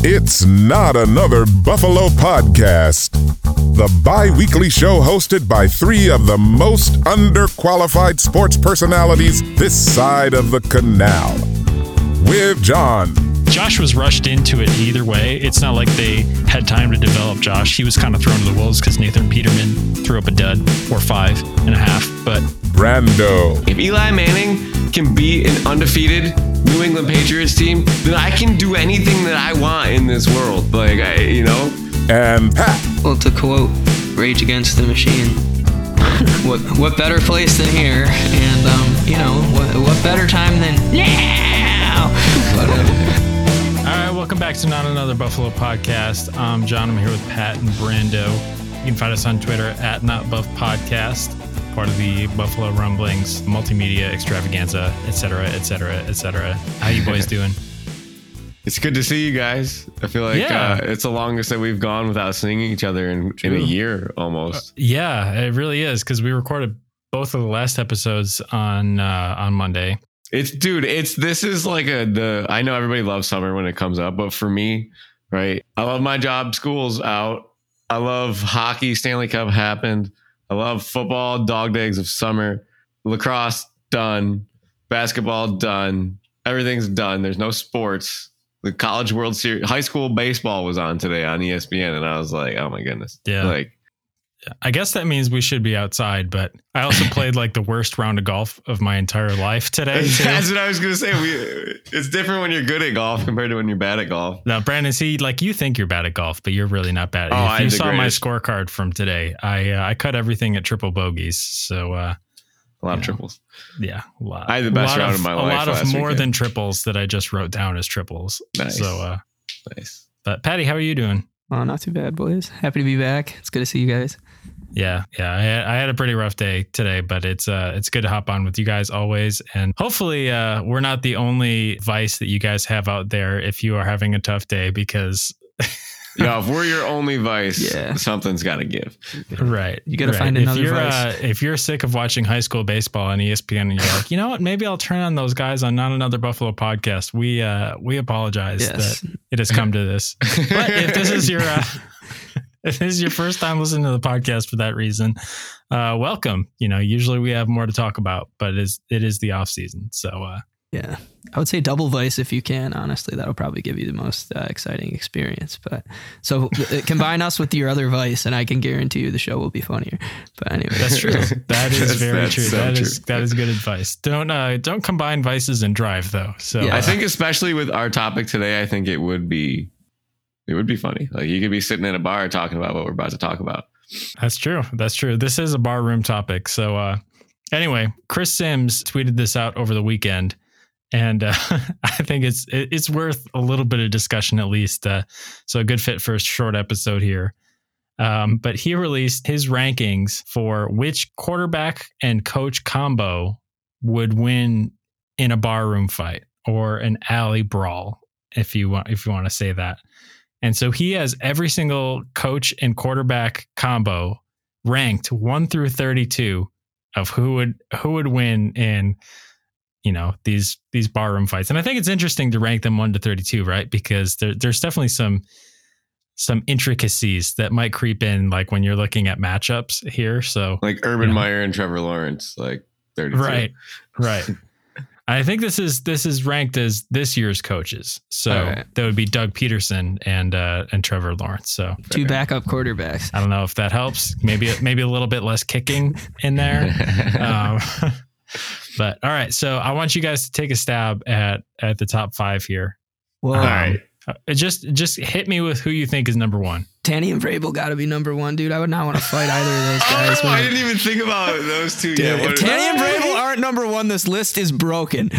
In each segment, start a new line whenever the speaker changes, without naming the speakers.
It's not another Buffalo podcast. The bi weekly show hosted by three of the most underqualified sports personalities this side of the canal. With John,
Josh was rushed into it either way. It's not like they had time to develop Josh. He was kind of thrown to the wolves because Nathan Peterman threw up a dud or five and a half. But
Brando,
If Eli Manning can be an undefeated New England Patriots team, then I can do anything that I want in this world. Like, I, you know,
and Pat.
Well, to quote Rage Against the Machine, what what better place than here? And um, you know, what what better time than now? But, uh,
all right, welcome back to Not Another Buffalo Podcast. I'm John. I'm here with Pat and Brando. You can find us on Twitter at NotBuff Podcast, part of the Buffalo Rumblings multimedia extravaganza, etc., etc., etc. How you boys doing?
it's good to see you guys. I feel like
Yeah.
uh, it's the longest that we've gone without seeing each other in, in a year almost.
Yeah, it really is because we recorded both of the last episodes on uh, on Monday.
It's dude, it's this is like a the I know everybody loves summer when it comes up, but for me, right? I love my job, school's out. I love hockey, Stanley Cup happened. I love football, dog days of summer, lacrosse done, basketball done, everything's done. There's no sports. The college world series high school baseball was on today on E ESPN, and I was like, oh my goodness.
Yeah.
Like
I guess that means we should be outside, but I also played like the worst round of golf of my entire life today.
that's
Too.
what I was gonna say. We it's different when you're good at golf compared to when you're bad at golf.
Now, Brandon, see, like you think you're bad at golf, but you're really not bad.
Oh,
if
I'm
you
the
saw
greatest.
my scorecard from today, I uh, I cut everything at triple bogeys. So uh,
A lot of
Yeah.
triples.
yeah, a lot.
I had the best
a lot
round
of,
of my
a
life
lot of
last
more
weekend.
than triples that I just wrote down as triples.
Nice.
So, uh,
Nice.
but Patty, how are you doing?
well, not too bad, boys. Happy to be back. It's good to see you guys.
Yeah, yeah. I had, I had a pretty rough day today, but it's uh it's good to hop on with you guys always, and hopefully uh we're not the only vice that you guys have out there if you are having a tough day because
Yeah, if we're your only vice,
Yeah.
something's got to give.
right
You gotta
right.
find another
if you're,
vice.
Uh, if you're sick of watching high school baseball on E ESPN and you're like you know what maybe I'll turn on those guys on not another Buffalo podcast we uh we apologize
Yes.
that it has come to this but if this is your uh, if this is your first time listening to the podcast for that reason uh welcome you know usually we have more to talk about but it is it is the off season so uh
Yeah. I would say double vice if you can. Honestly, that'll probably give you the most uh, exciting experience. But so uh, combine us with your other vice, and I can guarantee you the show will be funnier. But anyway,
that's true that is
That's-
very
that's
true
so
That is
true.
that is good advice don't uh don't combine vices and drive though so
Yeah.
uh,
I think, especially with our topic today, I think it would be it would be funny. Like you could be sitting in a bar talking about what we're about to talk about.
That's true. That's true. This is a bar room topic. So, uh, anyway, Chris Sims tweeted this out over the weekend, and uh, I think it's it- it's worth a little bit of discussion at least. Uh, so, a good fit for a short episode here. Um, but he released his rankings for which quarterback and coach combo would win in a barroom fight or an alley brawl, if you want if you want to say that. And so he has every single coach and quarterback combo ranked one through thirty-two of who would who would win in you know these these barroom fights. And I think it's interesting to rank them one to thirty-two, right? Because there, there's definitely some some intricacies that might creep in, like when you're looking at matchups here. So
Like Urban
Yeah.
Meyer and Trevor Lawrence, like thirty.
right, right. I think this is this is ranked as this year's coaches. So
All right.
that would be Doug Peterson and uh, and Trevor Lawrence. So
two backup quarterbacks.
I don't know if that helps. Maybe maybe a little bit less kicking in there. Um, but all right, so I want you guys to take a stab at at the top five here.
Whoa.
Um,
right.
uh, just just hit me with who you think is number one.
Tanny and Vrabel got to be number one, dude. I would not want to fight either of those guys.
oh, I didn't even think about those two
Dude,
yet.
if
What-
Tanny and Vrabel aren't number one, this list is broken.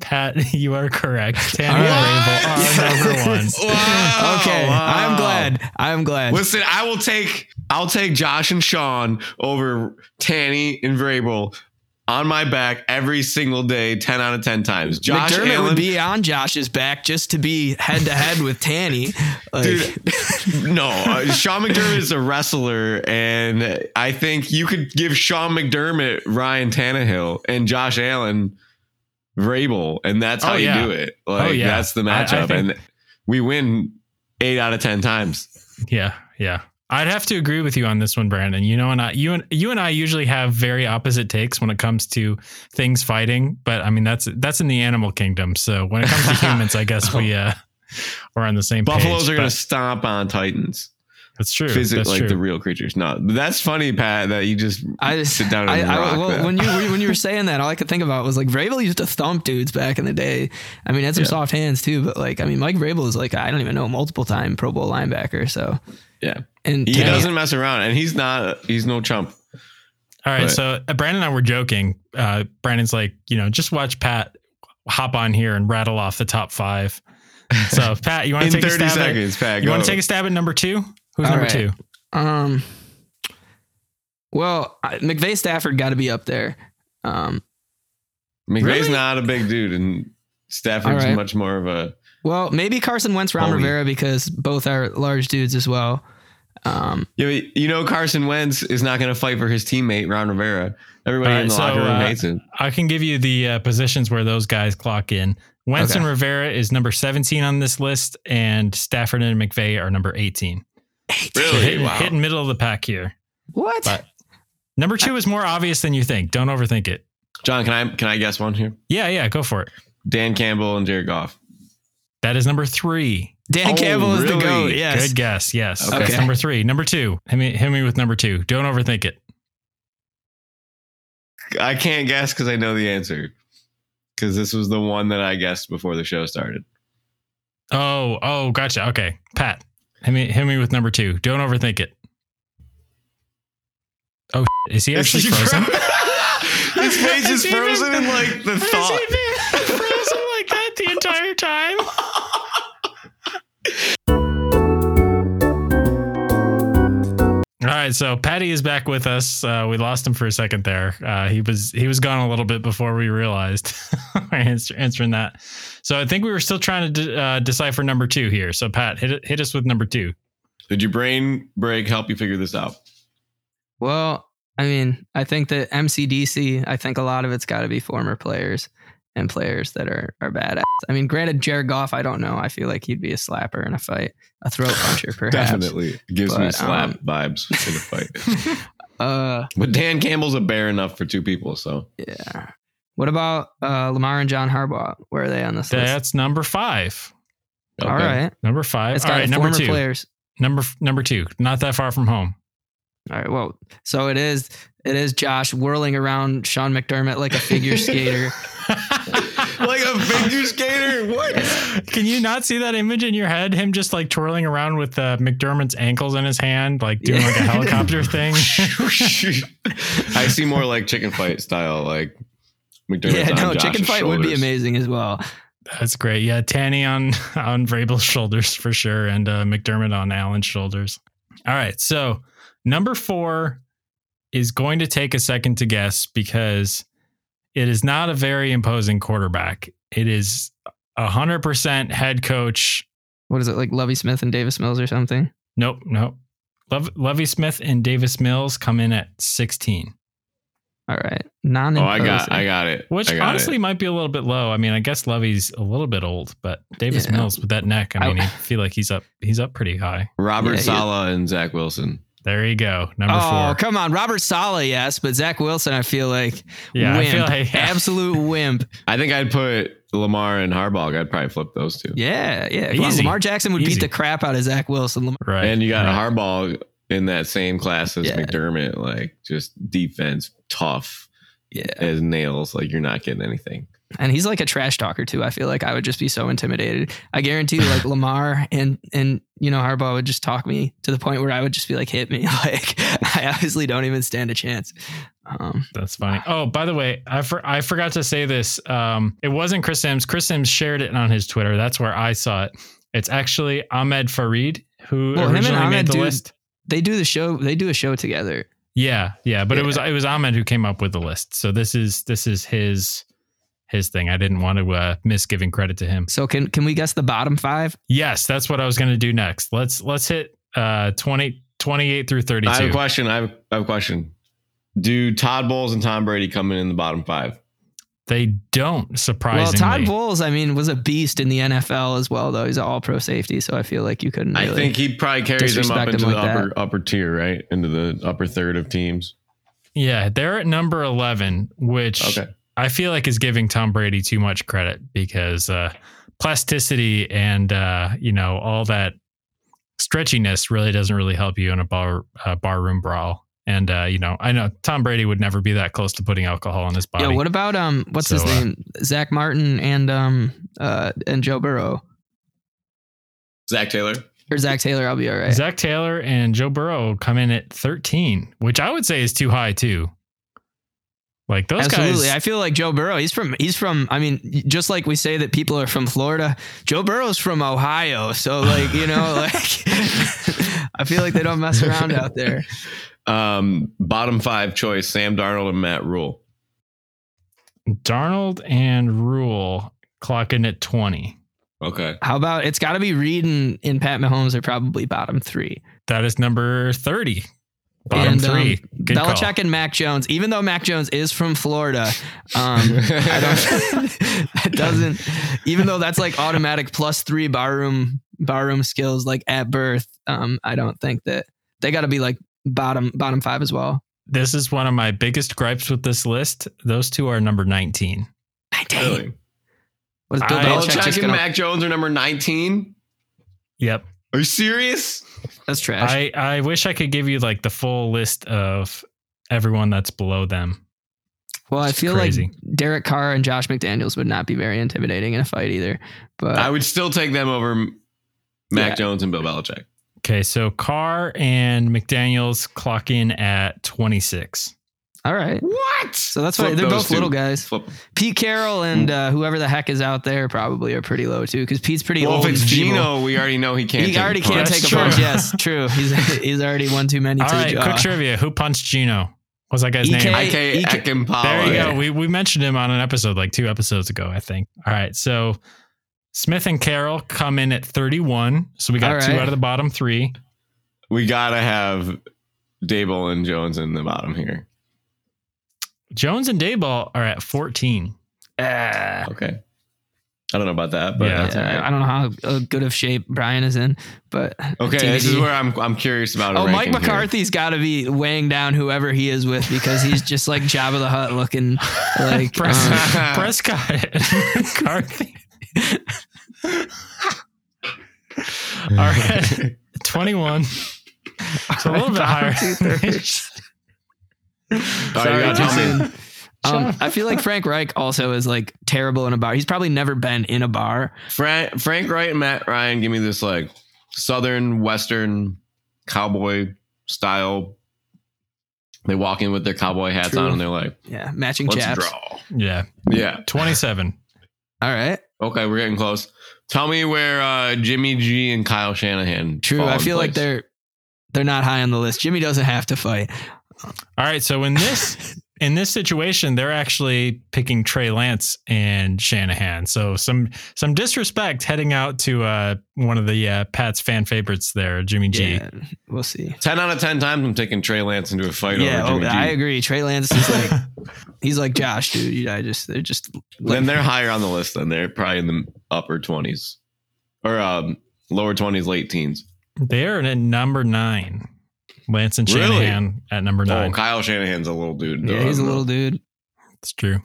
Pat, you are correct. Tanner
All
and Rabel are number one.
Wow,
okay,
wow.
I'm glad. I'm glad.
Listen, I will take I'll take Josh and Sean over Tanny and Vrabel on my back every single day, ten out of ten times. Josh
McDermott
Allen,
would be on Josh's back just to be head to head with Tanny. Like,
Dude, no, uh, Sean McDermott is a wrestler, and I think you could give Sean McDermott Ryan Tannehill and Josh Allen Vrabel, and that's how
Oh, yeah.
you do it. Like
yeah.
that's the
I- I
matchup,
think-
and we win eight out of ten times.
Yeah, yeah. I'd have to agree with you on this one, Brandon. You know, and I, you and you and I usually have very opposite takes when it comes to things fighting. But I mean, that's that's in the animal kingdom. So when it comes to humans, I guess we uh, are on the same.
Buffaloes
page,
are going
but
to stomp on Titans,
That's true.
physically,
That's
like
true.
the real creatures. No, but that's funny, Pat. That you just
I just
sit down and
I,
rock
I, well,
that.
when you when you were saying that, all I could think about was like Vrabel used to thump dudes back in the day. I mean, had some
Yeah.
soft hands too, but like I mean, Mike Vrabel is like I don't even know multiple time Pro Bowl linebacker. So
Yeah.
and
he
Kenny-
doesn't mess around, and he's not. He's no chump.
All right,
But-
so uh, Brandon and I were joking. Uh, Brandon's like, you know, just watch Pat hop on here and rattle off the top five. So Pat, you want
In
to take a
thirty
stab?
seconds, Pat.
At, you want
go.
to take a stab at number two? Who's
All
number
right.
two?
Um. Well, I- McVay Stafford got to be up there. Um.
McVay's
Really?
not a big dude, and Stafford's
All right.
much more of a.
Well, maybe Carson Wentz, Ron
Holy.
Rivera, because both are large dudes as well. Um.
You know, you know Carson Wentz is not going to fight for his teammate Ron Rivera. Everybody
All right,
in the
so,
locker room
uh,
hates him.
I can give you the uh, positions where those guys clock in. Wentz
Okay.
and Rivera is number 17 on this list, and Stafford and McVay are number 18. So
Really?
hitting,
Oh, Wow.
hitting middle of the pack here.
What?
But- Number two is more obvious than you think. Don't overthink it.
John, can I can I guess one here?
Yeah, yeah, go for it.
Dan Campbell and Jared Goff.
That is number three.
Dan
Oh,
Campbell is the
really?
goat. Yes.
Good guess. Yes.
Okay.
That's number three. Number two. Hit me, hit me with number two. Don't overthink it.
I can't guess because I know the answer. Because this was the one that I guessed before the show started.
Oh, oh, gotcha. Okay. Pat, hit me, hit me with number two. Don't overthink it. Oh, is he actually
Is he
frozen?
fro- His face is
Is he even-
frozen in like the thought.
frozen like that the entire time? All right, so Patty is back with us. Uh, we lost him for a second there. Uh, he was he was gone a little bit before we realized we're ans- answering that. So I think we were still trying to de- uh, decipher number two here. So Pat, hit it- hit us with number two.
Did your brain break help you figure this out?
Well, I mean, I think that MCDC. I think a lot of it's got to be former players and players that are are badass. I mean, granted, Jared Goff. I don't know. I feel like he'd be a slapper in a fight, a throat puncher, perhaps.
Definitely It gives me
But,
slap
um,
vibes in the fight.
Uh.
But Dan Campbell's a bear enough for two people, so
Yeah. What about uh, Lamar and John Harbaugh? Where are they on this list?
That's number five.
okay.
All right.
Number five.
It's
All
got
right, number
former
two.
players.
Number number two. Not that far from home.
All right. Well, so it is. It is Josh whirling around Sean McDermott like a figure skater.
like a figure skater. What?
Can you not see that image in your head? Him just like twirling around with uh, McDermott's ankles in his hand, like doing like a
Yeah.
helicopter thing.
I see more like chicken fight style, like McDermott's
yeah,
on
no,
Josh's
chicken fight would be
shoulders.
amazing as well.
That's great. Yeah, Tanny on on Vrabel's shoulders for sure, and uh, McDermott on Allen's shoulders. All right, so number four is going to take a second to guess because it is not a very imposing quarterback. It is hundred percent head coach
What is it like, Lovey Smith and Davis Mills or something?
Nope, nope. Love, Lovey Smith and Davis Mills come in at 16,
All right, non.
Oh, I got, I got it.
which
I got
honestly
it.
might be a little bit low. I mean, I guess Lovey's a little bit old, but Davis
Yeah. Oh.
Mills with that neck, I
I-
mean, I feel like he's up he's up pretty high.
Robert
Yeah, he-
Sala and Zach Wilson.
There you go, number
Oh,
four.
come on, Robert Sala, yes, but Zach Wilson, I feel like
Yeah,
wimp,
I feel like
absolute wimp.
I think I'd put Lamar and Harbaugh. I'd probably flip those two.
Yeah, yeah. Come on,
Easy.
Lamar Jackson would
Easy.
beat the crap out of Zach Wilson. Lamar-
right.
And you got
right.
Harbaugh in that same class as
Yeah.
McDermott, like just defense tough
Yeah.
as nails. Like you're not getting anything.
and he's like a trash talker too. I feel like I would just be so intimidated. I guarantee, like Lamar and and you know Harbaugh would just talk me to the point where I would just be like, "Hit me!" Like I obviously don't even stand a chance. Um,
That's funny. Oh, by the way, I for, I forgot to say this. Um, it wasn't Chris Sims. Chris Sims shared it on his Twitter. That's where I saw it. It's actually Ahmed Farid who
Well, him and
originally
Ahmed
made the
do-
list.
they do the show. They do a show together.
Yeah, yeah, but it
Yeah.
was it was Ahmed who came up with the list. So this is this is his his thing. I didn't want to uh, miss giving credit to him.
So can can we guess the bottom five?
Yes, that's what I was going to do next. Let's let's hit uh 20 28 through
I have a
32.
question. I have, I have a question. Do Todd Bowles and Tom Brady come in in the bottom five?
They don't
Well,
surprisingly.
Todd Bowles, I mean, was a beast in the NFL as well, though. He's an all pro safety, so I feel like you couldn't really.
I think he probably carries him up
disrespect him
into the
like that.
upper upper tier, right? Into the upper third of teams.
yeah, they're at number eleven, which
Okay.
I feel like is giving Tom Brady too much credit because uh, plasticity and uh, you know all that stretchiness really doesn't really help you in a bar uh, barroom brawl. And uh, you know, I know Tom Brady would never be that close to putting alcohol in his body.
Yeah, what about um what's his
So, uh,
name? Zach Martin and um uh and Joe Burrow.
Zach Taylor.
Or Zach Taylor, I'll be all right.
Zach Taylor and Joe Burrow come in at 13, which I would say is too high too. Like those
Absolutely. I
guys,
feel like Joe Burrow, he's from he's from I mean, just like we say that people are from Florida, Joe Burrow's from Ohio. So like, you know, like I feel like they don't mess around out there.
Um, bottom five choice: Sam Darnold and Matt Rule.
Darnold and Rule clocking at 20.
Okay.
How about it's gotta be Reed and, and Pat Mahomes are probably bottom three.
That is number 30. Bottom
And, um,
three. Good call.
Belichick and Mac Jones, even though Mac Jones is from Florida, um, I don't. that doesn't. Even though that's like automatic plus three barroom barroom skills, like at birth. Um, I don't think that they got to be like bottom bottom five as well.
This is one of my biggest gripes with this list. Those two are number 19.
Really?
Was Bill
I-
Belichick
Belichick
just
and
gonna,
Mac Jones are number nineteen.
Yep.
Are you serious?
That's trash.
I, I wish I could give you like the full list of everyone that's below them.
well, I
it's
feel
crazy.
like Derek Carr and Josh McDaniels would not be very intimidating in a fight either. But
I would still take them over M- Mac
Uh, Yeah.
Jones and Bill Belichick.
Okay. So Carr and McDaniels clock in at 26.
all right.
What?
So that's why
Flip
they're
those
both
two.
little guys.
Flip.
Pete Carroll and uh, whoever the heck is out there probably are pretty low too, because Pete's pretty
Well,
old.
if it's
and feeble.
Gino, we already know he can't.
he
take
already
a
can't
punch.
take a
That's
punch.
true.
Yes, true. He's he's already won too many.
All
to the
right,
jaw.
quick trivia. Who punched Gino? What's that guy's
EK.
name?
IK
He ca-
Ekimpower.
There you go. We, we mentioned him on an episode like two episodes ago, I think. All right. So Smith and Carroll come in at 31. So we got
All
two
right.
out of the bottom three.
We gotta have Dable and Jones in the bottom here.
Jones and Dayball are at 14.
Ah,
Okay. I don't know about that, but
Yeah.
that's all
yeah, I
right.
don't know how uh, good of shape Brian is in, but
Okay,
TBD.
this is where I'm I'm curious about. a
Oh, Mike
ranking here.
McCarthy's got to be weighing down whoever he is with because he's just like Jabba the Hutt looking like.
Press,
um,
Prescott and McCarthy. All right. 21. It's a little bit higher.
All right, Oh, you gotta tell me.
Jason. Um, I feel like Frank Reich also is like terrible in a bar. He's probably never been in a bar.
Frank, Frank Wright and Matt Ryan give me this like southern western cowboy style. They walk in with their cowboy hats
True.
on and they're like,
Yeah, matching
"Let's
chaps.
draw."
yeah.
Yeah.
27.
All right.
Okay, we're getting close. Tell me where uh, Jimmy G and Kyle Shanahan.
True.
fall
I
in
feel like
place.
they're they're not high on the list. Jimmy doesn't have to fight.
All right, so in this in this situation, they're actually picking Trey Lance and Shanahan. So some some disrespect heading out to uh, one of the uh, Pat's fan favorites there, Jimmy G.
Yeah, we'll see.
ten out of ten times. I'm taking Trey Lance into a fight
Yeah,
over
oh,
Jimmy G.
I agree. Trey Lance is like he's like Josh, dude. You- I just they're just like,
then they're higher on the list than they're probably in the upper twenties or um, lower twenties, late teens.
They're at number nine. Lance and
Really?
Shanahan at number nine.
Oh, Kyle Shanahan's a little dude.
yeah, he's a little dude.
It's true.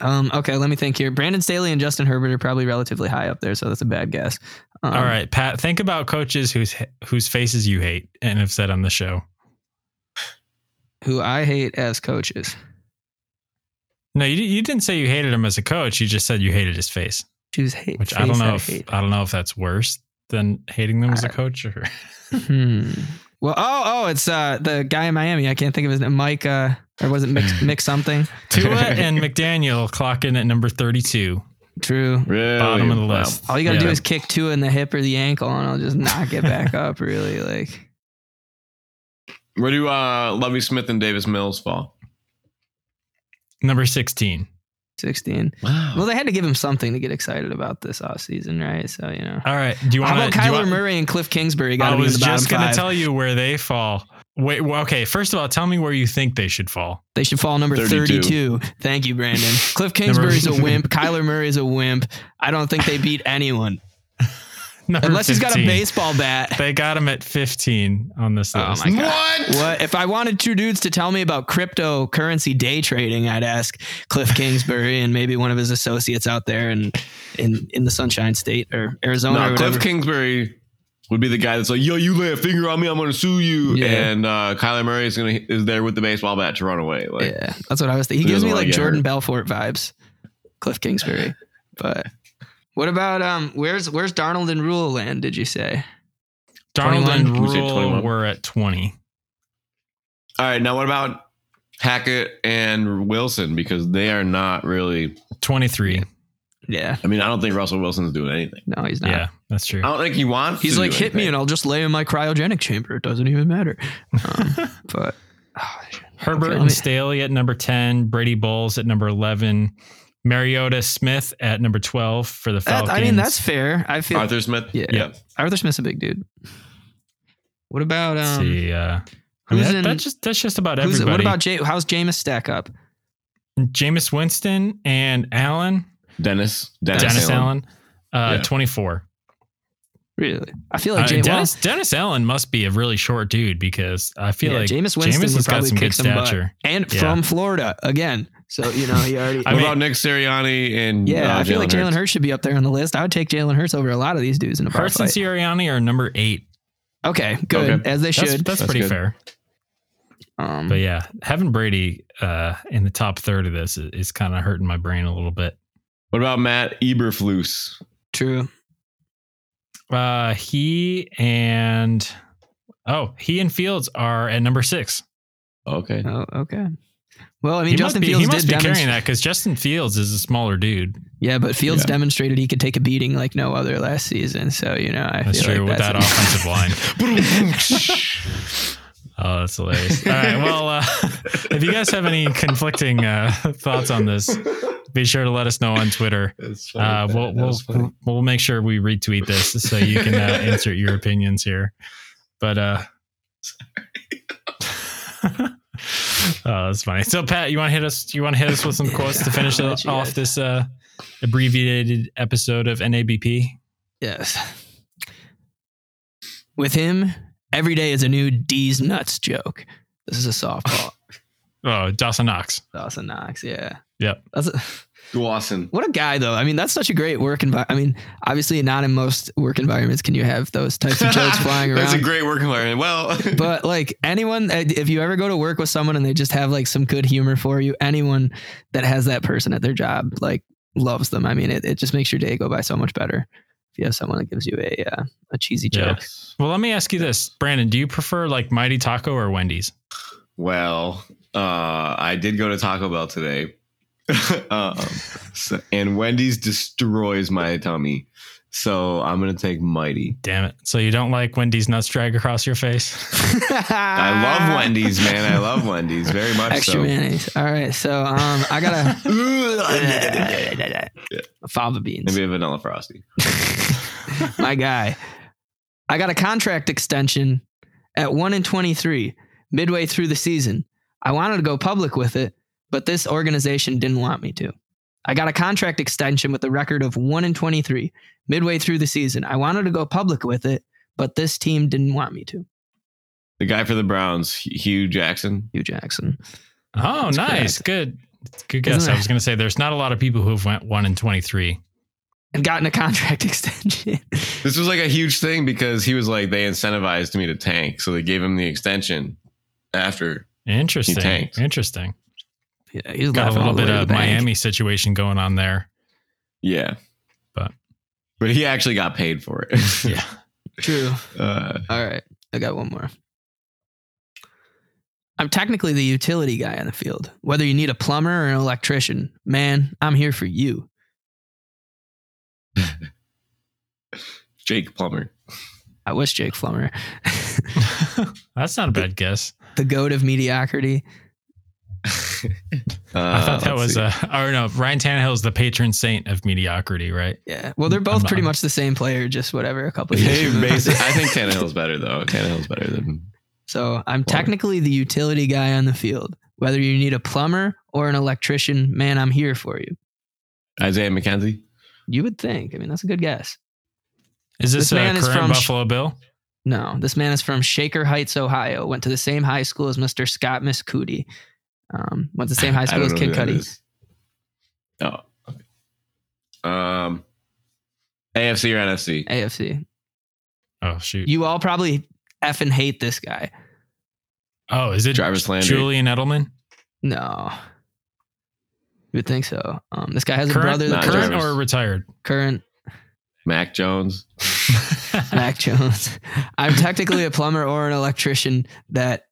Um, okay, let me think here. Brandon Staley and Justin Herbert are probably relatively high up there, so that's a bad guess. Um,
All right, Pat, think about coaches whose whose faces you hate and have said on the show.
who I hate as coaches.
No, you, you didn't say you hated him as a coach. You just said you hated his face,
Choose hate.
which I don't
face
know if
hate.
I don't know if that's worse than hating them as a coach or.
Hmm. Well, oh, oh, it's uh the guy in Miami. I can't think of his name. Mike, uh, or was it Mick, Mick something?
Tua and McDaniel clock in at number 32,
True.
Really?
bottom of the
Wow.
list.
All you gotta
Yeah.
do is kick two in the hip or the ankle, and I'll just not get back up. Really, like
Where do uh, Lovey Smith and Davis Mills fall?
number 16.
sixteen.
Wow.
Well, they had to give him something to get excited about this offseason, right? So you know,
All right. Do you
how
want
about Kyler Murray and Cliff Kingsbury? Got
I
to be in
was
the bottom
just going to
five.
tell you where they fall. Wait, well, okay. First of all, tell me where you think they should fall.
They should fall number
32.
32. Thank you, Brandon. Cliff Kingsbury's a wimp. Kyler Murray's a wimp. I don't think they beat anyone.
Number
Unless he's got a
15.
baseball bat.
They got him at 15 on this
Oh
list.
my God.
What?
What if I wanted two dudes to tell me about cryptocurrency day trading? I'd ask Cliff Kingsbury and maybe one of his associates out there in in, in the Sunshine State or Arizona. or
No,
whatever.
Cliff Kingsbury would be the guy that's like, "Yo, you lay a finger on me, I'm gonna sue you."
Yeah.
And uh, Kyler Murray is gonna is there with the baseball bat to run away. Like,
yeah, that's what I was thinking.
He
He gives
doesn't
me
wanna
like
get
Jordan
hurt.
Belfort vibes, Cliff Kingsbury. But what about um? Where's where's Darnold and Rule Land? Did you say?
Darnold and
21? We said
Rule
21.
were at 20.
all right, now what about Hackett and Wilson because they are not really.
23.
Yeah,
I mean, I don't think Russell Wilson's doing anything.
no, he's
Yeah,
not.
that's true.
I don't think he wants.
He's
to
like,
do
hit me
anything.
and I'll just lay in my cryogenic chamber. It doesn't even matter. Um, but oh,
Herbert
Okay, let
and
me-
Staley at number 10, Brady Bowles at number 11, Mariota Smith at number 12 for the
that,
Falcons.
I mean, that's fair. I feel
Arthur Smith.
Yeah.
yeah.
Arthur Smith's a big dude. What about
Let's
um?
see, uh, I mean,
who's
that-
in-
that's just that's just about
who's-
everybody.
what about Jay? How's Jameis stack up?
Jameis Winston and Allen,
Dennis. Dennis,
Dennis,
Allen.
Allen, uh,
Yeah.
24.
Really, I feel
Uh,
like Jay, well,
Dennis Dennis Allen must be a really short dude because I feel
yeah,
like
Jameis Winston
Jameis
would
has got
probably
some
kick
good
some butt.
stature.
and
Yeah.
from Florida again. So you know he already.
I
what
mean-
about Nick Sirianni and
yeah,
uh,
I feel like Jalen
Hurts?
Hurts should be up there on the list. I would take Jalen Hurts over a lot of these dudes in a bar
Hurts and
fight.
Sirianni are number eight.
Okay, good
Okay.
as they
That's,
should.
that's,
That's
pretty
good. Mm-hmm.
fair.
um,
But yeah, having Brady uh, in the top third of this is, is kind of hurting my brain a little bit.
What about Matt Eberflus?
True.
Uh, he and oh, he and Fields are at number six.
Okay.
Oh, okay. Well, I mean,
he
Justin
must be,
Fields
he must
did
be carrying
demonstrate.
that because Justin Fields is a smaller dude.
Yeah, but Fields
Yeah.
demonstrated he could take a beating like no other last season. So you know, I
That's
feel
true
like
with that
that's
offensive line.
Uh,
Oh, that's hilarious. All right. Well, uh, if you guys have any conflicting uh, thoughts on this, be sure to let us know on Twitter. Uh, we'll, we'll, we'll make sure we retweet this so you can uh, insert your opinions here. But, uh, oh, that's funny. So, Pat, you want to hit us? You want to hit us with some quotes to finish
I'll let you
off
guys-
this uh, abbreviated episode of NABP?
Yes. With him, every day is a new D's nuts joke. This is a softball.
Oh, Dawson Knox.
Dawson Knox, yeah.
Yep.
That's a,
Dawson.
what a guy, though. I mean, that's such a great work environment. I mean, obviously, not in most work environments can you have those types of jokes flying around.
That's a great work environment. Well,
but like anyone, uh, if you ever go to work with someone and they just have like some good humor for you, anyone that has that person at their job like loves them. I mean, it, it just makes your day go by so much better if you have someone that gives you a uh, a cheesy
Yeah.
joke.
Well, let me ask you this, Brandon. Do you prefer like Mighty Taco or Wendy's?
well, uh, I did go to Taco Bell today, um, so- and Wendy's destroys my tummy, so I'm gonna take Mighty.
Damn it! So you don't like Wendy's nuts drag across your face?
I
Ah.
love Wendy's, man. I love Wendy's very much.
Extra
so.
mayonnaise. All right, so um, I gotta fava beans.
Maybe a vanilla frosty.
My guy, I got a contract extension at one in twenty three, midway through the season. I wanted to go public with it, but this organization didn't want me to. I got a contract extension with a record of one in twenty three, midway through the season. I wanted to go public with it, but this team didn't want me to.
The guy for the Browns, Hugh Jackson.
Hugh Jackson.
oh,
That's
nice, good, good guess.
Isn't
I
it-
was going to say there's not a lot of people who have went one in twenty three.
And gotten a contract extension.
This was like a huge thing because he was like they incentivized me to tank, so they gave him the extension after.
Interesting,
tanked.
interesting.
Yeah, he's
Got a
laughing
little
all the
bit
way to
of
the bank.
Miami situation going on there.
Yeah,
But-
but he actually got paid for it.
Yeah.
True.
Uh,
All right, I got one more. I'm technically the utility guy on the field. Whether you need a plumber or an electrician, man, I'm here for you.
Jake Plummer.
I wish Jake Plummer,
That's not a bad guess.
the goat of mediocrity.
Uh,
I thought that was
let's see.
uh, or no, Ryan Tannehill is the patron saint of mediocrity, right?
Yeah. Well, they're
I'm
both
not-
pretty
uh,
much the same player, just whatever. A couple of years.
Hey,
removed.
basi- I think Tannehill's better though. Tannehill's better than
So I'm technically the utility guy on the field. Whether you need a plumber or an electrician, man, I'm here for you.
Isaiah McKenzie.
You would think. I mean, that's a good guess.
Is this,
This man
a
is
current
from Sh-
Buffalo Bill?
No, this man is from Shaker Heights, Ohio. Went to the same high school as Mr. Scott Miscudi. Um, went to the same high
I
school
don't
as
know who
Kid
that
Cudi.
is. Oh. okay. Um, AFC or NFC?
AFC.
Oh shoot.
You all probably effing hate this guy.
oh, is it
Travis Landry.
Julian Edelman?
No. You would think so. Um, this guy has a
Current,
brother that
Nah,
current
current,
Travis.
or retired?
current
Mac Jones.
Mac Jones. I'm technically a plumber or an electrician that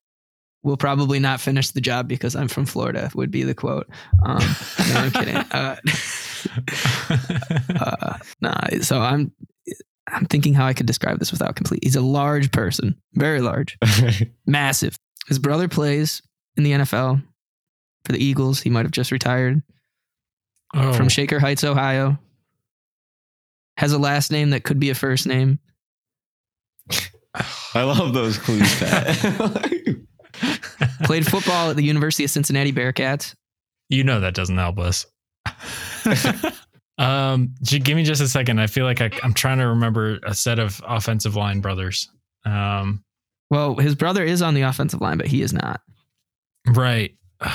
will probably not finish the job because I'm from Florida, would be the quote. Um, no, I'm kidding. Uh, uh, nah, so I'm I'm thinking how I could describe this without complete. He's a large person, very large, massive. His brother plays in the NFL for the Eagles. He might have just retired
oh,
from Shaker Heights, Ohio. Has a last name that could be a first name.
I love those clues, Pat.
Played football at the University of Cincinnati Bearcats.
you know that doesn't help us. um, j- give me just a second. I feel like I, I'm trying to remember a set of offensive line brothers. Um,
Well, his brother is on the offensive line, but he is not.
right.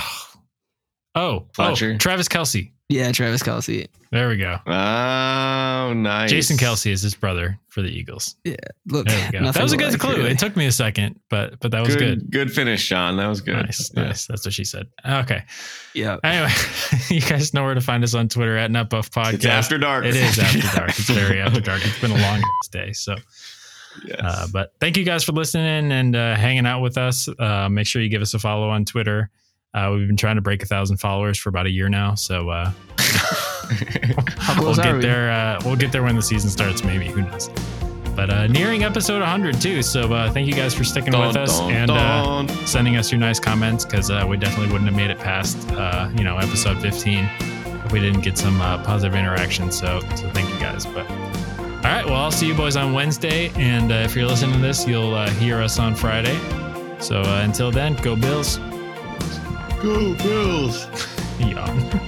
Oh, oh,
Fletcher.
Travis Kelsey.
Yeah, Travis Kelsey.
There we go.
oh, nice.
Jason Kelsey is his brother for the Eagles.
Look,
There we go. that
nothing
was a
but
good
like,
clue.
really.
It took me a second, but but that was
Good,
good.
good. finish, Sean. That was good.
Nice,
Yeah.
nice. That's what she said. Okay.
yeah.
Anyway, you guys know where to find us on Twitter at NutBuff Podcast.
It's after dark.
It is after dark. It's very after dark. It's been a long day. So,
Yes.
uh, but thank you guys for listening and uh, hanging out with us. Uh, make sure you give us a follow on Twitter. Uh, we've been trying to break a thousand followers for about a year now, so uh,
How
we'll
close are
get
we?
there. Uh, we'll get there when the season starts, maybe. Who knows? But uh, nearing episode 100 too. So uh, thank you guys for sticking
Dun,
with us
dun,
and. Uh,
dun.
sending us your nice comments because uh, we definitely wouldn't have made it past uh, you know episode 15 if we didn't get some uh, positive interaction so so thank you guys but all right well i'll see you boys on wednesday and uh, if you're listening to this you'll uh, hear us on friday so uh, until then go bills
Go Bills.
Yawn.